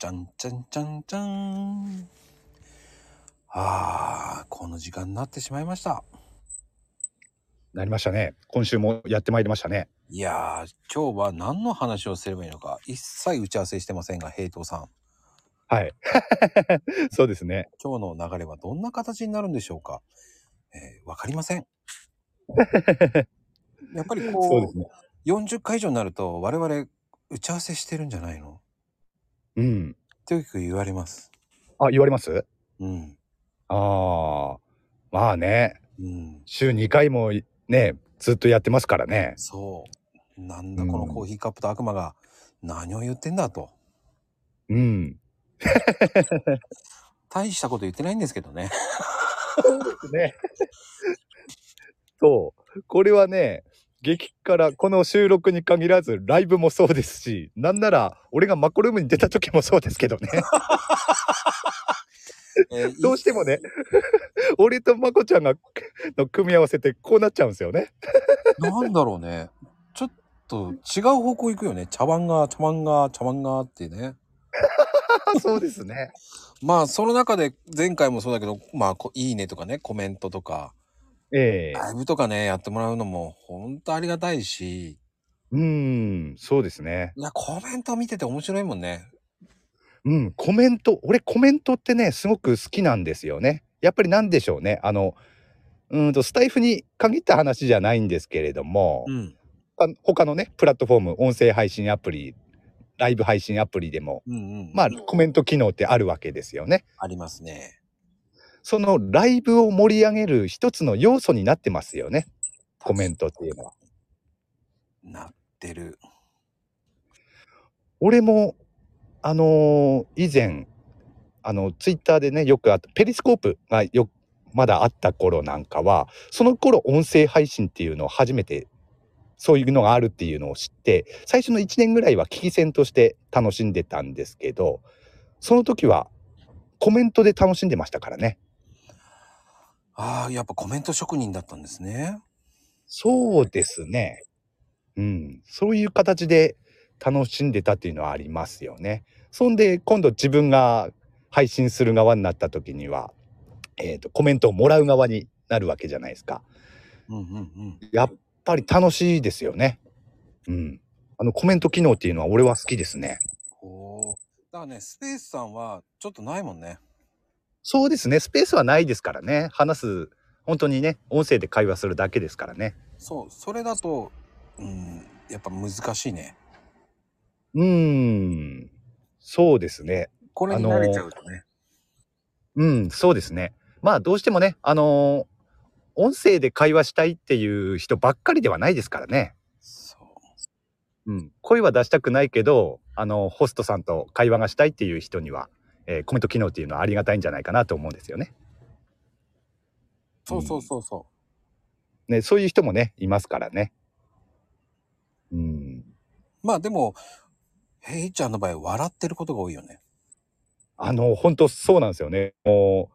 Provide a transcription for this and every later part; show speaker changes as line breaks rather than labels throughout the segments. じゃんじゃんじゃんじゃん。ああ、この時間になってしまいました。
なりましたね。今週もやってまいりましたね。
いやー、今日は何の話をすればいいのか、一切打ち合わせしてませんが、平等さん。
はい。そうですね。
今日の流れはどんな形になるんでしょうか。えーわかりま せん。やっぱり
そうで
こ
すね。
う、40回以上になると、我々、打ち合わせしてるんじゃないの
うん。
ってよく言われます。
あ、言われます
うん。
ああ。まあね、
うん。
週2回もね、ずっとやってますからね。
そう。なんだこのコーヒーカップと悪魔が何を言ってんだと。
うん。
大したこと言ってないんですけど ね。
ね。そう。これはね、激辛、この収録に限らず、ライブもそうですし、なんなら、俺がマコルームに出た時もそうですけど ね。
えー
どうしても ね。、俺とマコちゃんが、の組み合わせてこうなっちゃうんですよね。
なんだろうね。ちょっと違う方向行くよね。茶碗が、茶碗が、茶碗がってね。
あそうですね。
まあ、その中で前回もそうだけど、まあ、こいいねとかね、コメントとか、
ええ
ライブとかね、やってもらうのも本当ありがたいし、
うーん、そうですね。
いや、コメント見てて面白いもんね。
うん、コメント、俺コメントってね、すごく好きなんですよね。やっぱりなんでしょうね。あの、うーんと、スタイフに限った話じゃないんですけれども、
うん。
他他のね、プラットフォーム、音声配信アプリ、ライブ配信アプリでも、
うんうん。
まあ、コメント機能ってあるわけですよね。
ありますね。
そのライブを盛り上げる一つの要素になってますよね。コメントっていうのは。
なってる。
俺もあのー以前あのツイッターでねよくあったペリスコープがよまだあった頃なんかはその頃音声配信っていうのを初めてそういうのがあるっていうのを知って最初の1年ぐらいは聞き戦として楽しんでたんですけどその時はコメントで楽しんでましたからね
ああ、やっぱコメント職人だったんですね。
そうですねうんそういう形で楽しんでたっていうのはありますよねそんで今度自分が配信する側になった時には、えー、とコメントをもらう側になるわけじゃないですか。
うんうんうん。
やっぱり楽しいですよね。うん。あのコメント機能っていうのは俺は好きですね。
おーだからね、スペースさんはちょっとないもんね。
そうですね。スペースはないですからね。話す、本当にね、音声で会話するだけですからね。
そう、それだと、うん、やっぱ難しいね。
うーん。そうですね。
これに慣れちゃうとね。
うん、そうですね。まあどうしてもね、あのー音声で会話したいっていう人ばっかりではないですからね。
そう。
うん、声は出したくないけど、あのホストさんと会話がしたいっていう人には、えーコメント機能っていうのはありがたいんじゃないかなと思うんですよね。
そうそうそうそ
ね、そういう人もね、いますからね。う
う。
ん。
まあでも、ヘイちゃんの場合、笑ってることが多いよね。
あの、本当そうなんですよね。もう、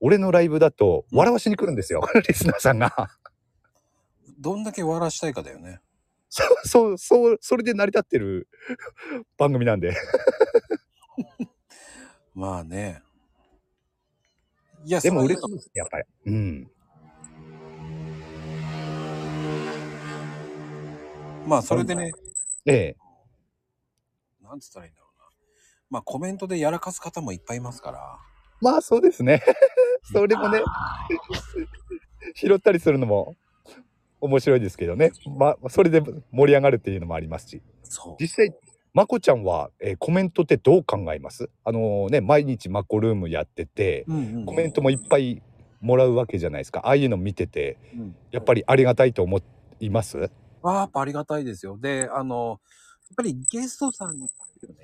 俺のライブだと、笑わしに来るんですよ。リスナーさんが。
どんだけ笑わしたいかだよね。
そう、そう、そう、それで成り立ってる番組なんで。
まあね。いや、
でも
それ
嬉しいですね、やっぱり。うん。
まあそれでね、
ええ。
なんつったらいいんだろうな。まあコメントでやらかす方もいっぱいいますから。
まあそうですね。 それもね、 拾ったりするのも面白いですけどね。まあ、それで盛り上がるっていうのもありますし。
そう。
実際、まこちゃんは、えーコメントってどう考えますあのね、毎日マコルームやってて、
うんうん
コメントもいっぱいもらうわけじゃないですか。ああいうの見てて、
うん
やっぱりありがたいと思います
わあやっぱありがたいですよ。で、あの、やっぱりゲストさんによるよね。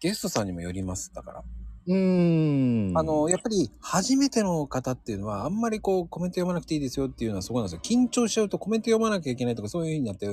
ゲストさんにもよります。だから。
うーん。
あの、、やっぱり初めての方っていうのは、あんまりこうコメント読まなくていいですよっていうのはそこなんですよ。緊張しちゃうとコメント読まなきゃいけないとかそういう風になって、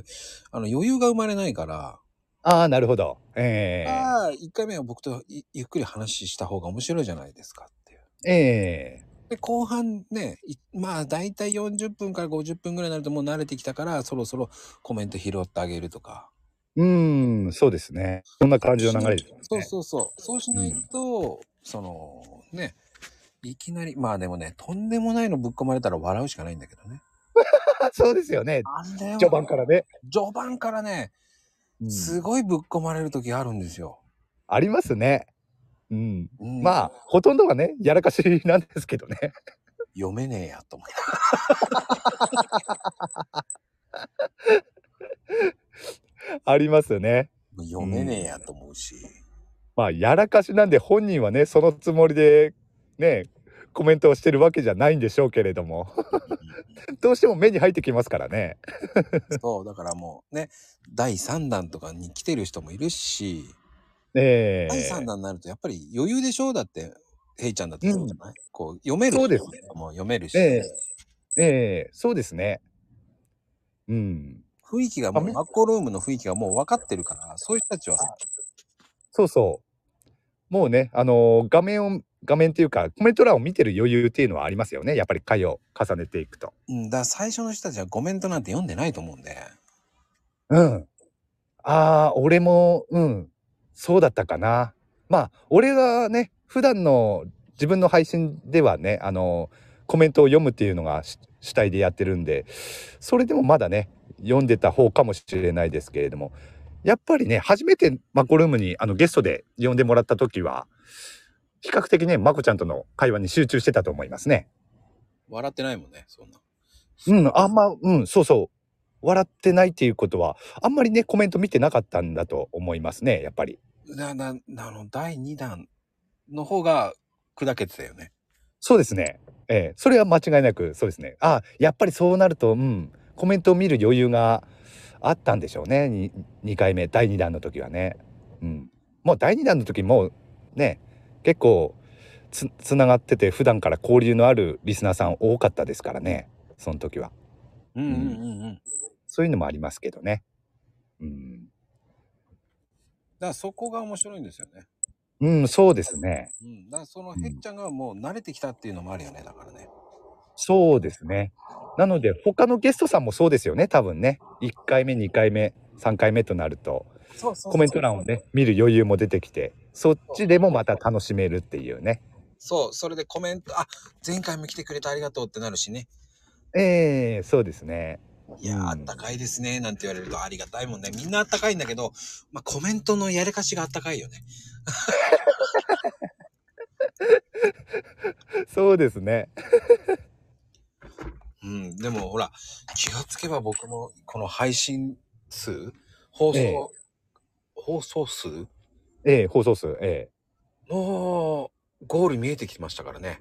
あの余裕が生まれないから、
ああ、なるほど。ええ
ああ、1回目は僕といゆっくり話した方が面白いじゃないですかっていう。
ええ
で、後半ね、いまあ大体40分から50分ぐらいになるともう慣れてきたから、そろそろコメント拾ってあげるとか。
うーん、そうですね。そんな感じの流れですよね。
そうそうそう。そうしないと、その、ね、いきなり、まあでもね、とんでもないのぶっ込まれたら笑うしかないんだけどね。
そうですよね。
あれは
序盤からね。
序盤からね、
うん
すごいぶっ込まれる時あるんですよ。
ありますね。うん。
うん
まあ、ほとんどがね、やらかしなんですけどね。
読めねえやと思って。
ありますよね。
もう読めねえやと思うし。
まあ、やらかしなんで本人はね、そのつもりで、ね、コメントをしてるわけじゃないんでしょうけれども、 どうしても目に入ってきますからね。
そう、だからもうね、第3弾とかに来てる人もいるし、
ええ
第3弾になるとやっぱり余裕でしょだって、ヘイちゃんだってそうじゃない、こう、読める。
そうですね
もう読めるし、
ええええそうですね。うん。
雰囲気がも
あ
う、
ね
マッコルームの雰囲気がもう分かってるから、そういう人たちはさ、
そうそう。もうね、あのー画面を、画面っていうか、コメント欄を見てる余裕っていうのはありますよね。やっぱり回を重ねていくと。
うん、だから最初の人たちはコメントなんて読んでないと思うんで、
うん。ああ、俺も、うん、そうだったかな。まあ、俺がね、普段の自分の配信ではね、あの、コメントを読むっていうのがし主体でやってるんで、それでもまだね、読んでた方かもしれないですけれども、やっぱりね、初めてマコルームにあのゲストで呼んでもらった時は、比較的ね、マコちゃんとの会話に集中してたと思いますね。
笑ってないもんね、そんな。
うん、あんま、うん、そうそう。笑ってないっていうことは、あんまりね、コメント見てなかったんだと思いますね、やっぱり。
な、な、あの、第2弾の方が砕けてたよね。
そうですね。ええ、それは間違いなく、そうですね。あ、やっぱりそうなると、うん、コメントを見る余裕があったんでしょうね、に2回目、第2弾の時はね。うん。もう第2弾の時も、ね、結構つ、つながってて、普段から交流のあるリスナーさん多かったですからね、その時は。
うんうんうんうん。
そういうのもありますけどね。うん、
だからそこが面白いんですよね。
うん、そうですね。
うん。だからそのヘッちゃんがもう慣れてきたっていうのもあるよね、だからね。
そうですね。なので他のゲストさんもそうですよね多分ね1回目2回目3回目となると
そうそう
コメント欄を。ね見る余裕も出てきてそっちでもまた楽しめるっていうね
そう、それでコメント、あ、前回も来てくれてありがとうってなるしね。
ええそうですね
いや
う
ー、
ん
あったかいですね、なんて言われるとありがたいもんね。みんなあったかいんだけど、まあ、コメントのやれかしがあったかいよね。
そうですね
うん。でもほら、気がつけば僕もこの配信数、放送、
ええ
放送数
ええ放送数ええ
のゴール見えてきましたからね。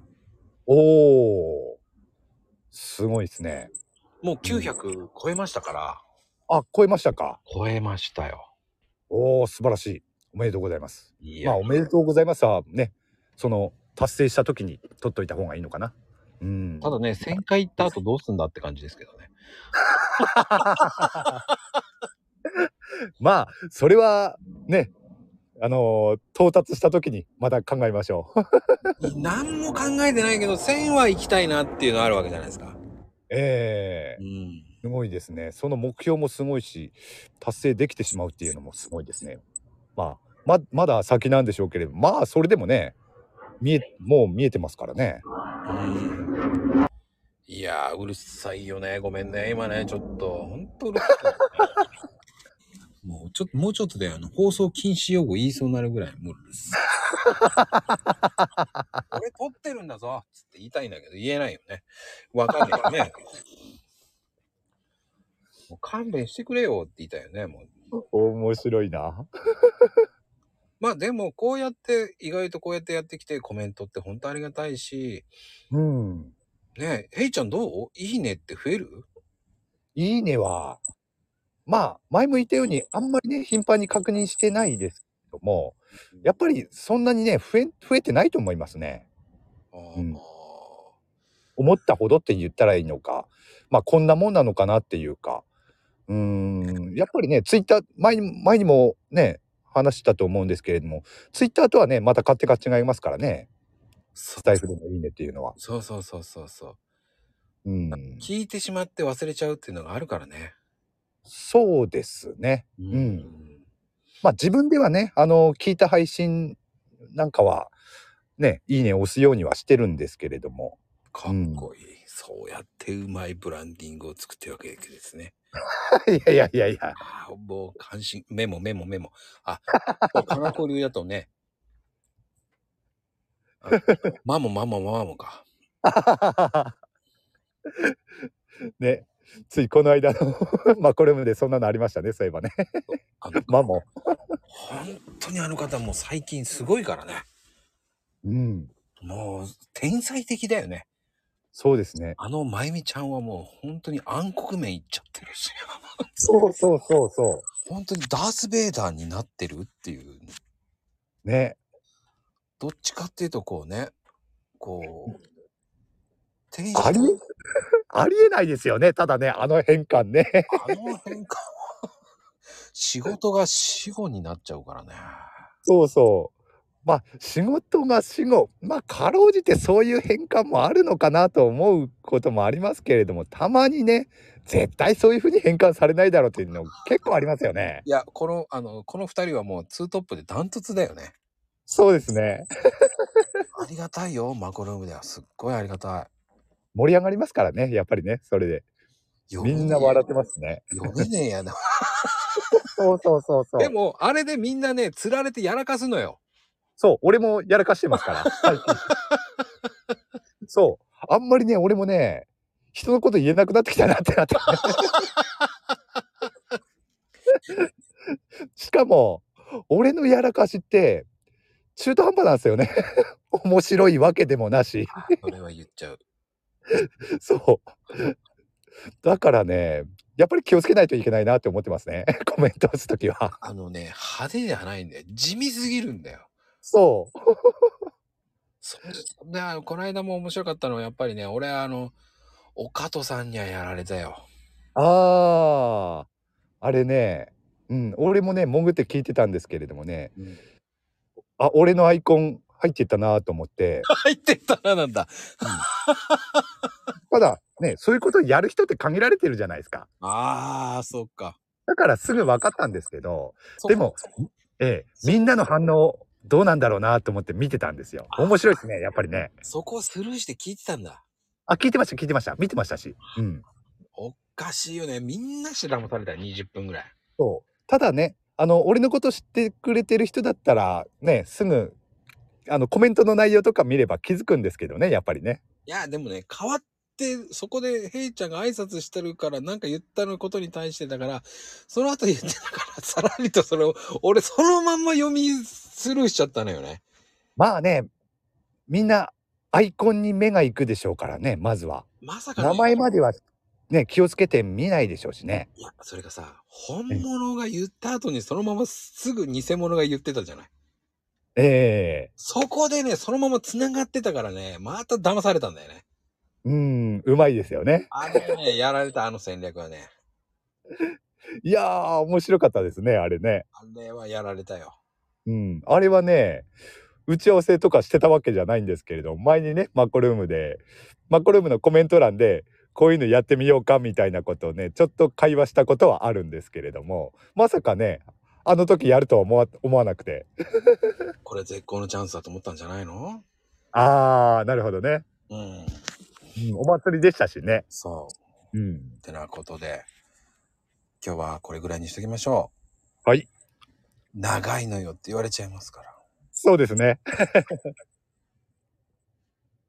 おーすごいですね
もう900超えましたから。
あ超えましたか
超えましたよ。
おー素晴らしいおめでとうございます
い
まあおめでとうございますはねその達成した時に取っといた方がいいのかなうん
ただね、1000回行った後どうすんだって感じですけどね。
まあそれはねあのー到達した時にまた考えましょう
何も考えてないけど、1000は行きたいなっていうのあるわけじゃないですか。
ええ
ん。
すごいですねその目標もすごいし達成できてしまうっていうのもすごいですねまあままだ先なんでしょうけれどまあそれでもね見えもう見えてますからね
いやー、うるさいよね。ごめんね。今ね、ちょっと、ほんとうるさい。もうちょっと、もうちょっとで、あの、放送禁止用語言いそうになるぐらい、もううるさい。俺撮ってるんだぞつって言いたいんだけど、言えないよね。わかんないよね。もう勘弁してくれよって言いたいよね、もう。
面白いな
まあでもこうやって意外とこうやってやってきてコメントって本当ありがたいし、
うん
ねえ、ヘイちゃんどういいねって増える
いいねはまあ前も言ったようにあんまりね頻繁に確認してないですけどもやっぱりそんなにね増え増えてないと思いますね
あー、
うん思ったほどって言ったらいいのか、まあこんなもんなのかなっていうか、うーん、やっぱりね、ツイッター、前に前にもね、話したと思うんですけれども、ツイッターとはね、また勝手が違いますからね、
そ
スタイフでのいいねっていうのは。
そうそうそうそうそう。
うん、
聞いてしまって忘れちゃうっていうのがあるからね。
そうですね。
うん
まあ自分ではね、あの、聞いた配信なんかは、ね、いいねを押すようにはしてるんですけれども、
かっこいい、そうやってうまいブランディングを作ってるわけですね。
いやいやいやいや、
ああ、もう関心、メモメモメモ。あ、カナコ流だとね。あマモマモマモか。
ね、ついこの間の、 まあこれまでそんなのありましたね、そういえばね。
あの、
マモ。
本当にあの方もう最近すごいからね。
うん、
もう天才的だよね。
そうですね。
あのまゆみちゃんはもう本当に暗黒面いっちゃってる し、
そうそうそうそ
本当にダース・ベイダーになってるっていう。
う。ね、
どっちかっていうとこうね、こう、天
ありえ、ありえないですよね、ただね、あの変換ね。
あの変化は、仕事が死後になっちゃうからね。
そうそう。まあ仕事が死後まあかろうじてそういう変換もあるのかなと思うこともありますけれどもたまにね絶対そういうふうに変換されないだろうっていうの結構ありますよね。
いや、この、あの、この二人はもうツートップでダントツだよね。
そうですね
ありがたいよ、マコルームでは。すっごいありがた
盛り上がりますからねやっぱりねそれで
い。読
み
め
んな笑ってますね。
読めねえやな。
そうそうそうそ
で
う。
も、あれでみんなね、釣られてやらかすのよ。
そう俺もやらかしてます から。最近そうあんまりね俺もね人のこと言えなくなってきたなってなって。 しかも俺のやらかしって中途半端なんですよね 面白いわけでもなし
それは言っちゃう。
そうだからねやっぱり気をつけないといけないなって思ってますねコメントを打つ時は
あのね、派手じゃないんだよ。地味すぎるんだよ。
そう
そうであのこの間も面白かったのはやっぱりね俺あの岡戸さんにはやられたよ
あああれねうん俺もね潜って聞いてたんですけれどもねあ俺のアイコン入ってったなと思って
入ってったらなんだ
ただねそういうことやる人って限られてるじゃないですか
あーそっか
だからすぐ分かったんですけど
そっか
でも、ええ、みんなの反応どうなんだろうなと思って見てたんですよ。面白いですね、やっぱりね。
そこをスルーして聞いてたんだ
あ、聞いてました、聞いてました。見てましたし。うん。
おかしいよねみんな知らもされたよ20分ぐらい
そう。ただね、あの、俺のこと知ってくれてる人だったら、ね、すぐ、あの、コメントの内容とか見れば気づくんですけどね、やっぱりね。
いやでもね変わってそこでヘイちゃんが挨拶してるからなんか言ったのことに対してだからその後言ってたからさらりとそれを俺そのまんま読みスルーしちゃったのよね
まあね、みんなアイコンに目が行くでしょうからね、まずは。
まさかね、
名前までは、ね、気をつけて見ないでしょうしね。
いや、それがさ、本物が言った後にそのまますぐ偽物が言ってたじゃない。
ええ
そこでね、そのまま繋がってたからね、また騙されたんだよね。
うん、うまいですよね。
あれね、 やられたあの戦略はね、
いやー、面白かったですね、あれね。
あれはやられたよ。
うん、あれはね打ち合わせとかしてたわけじゃないんですけれど前にねマコルームでマコルームのコメント欄でこういうのやってみようかみたいなことをねちょっと会話したことはあるんですけれどもまさかねあの時やるとは思わ思わなくて
これ絶好のチャンスだと思ったんじゃないの
あーなるほどね、
うん。
うん、お祭りでしたしね、
そ
うん、
う。ってなことで、今日はこれぐらいにしときましょう。
はい。
長いのよって言われちゃいますから。
そうですね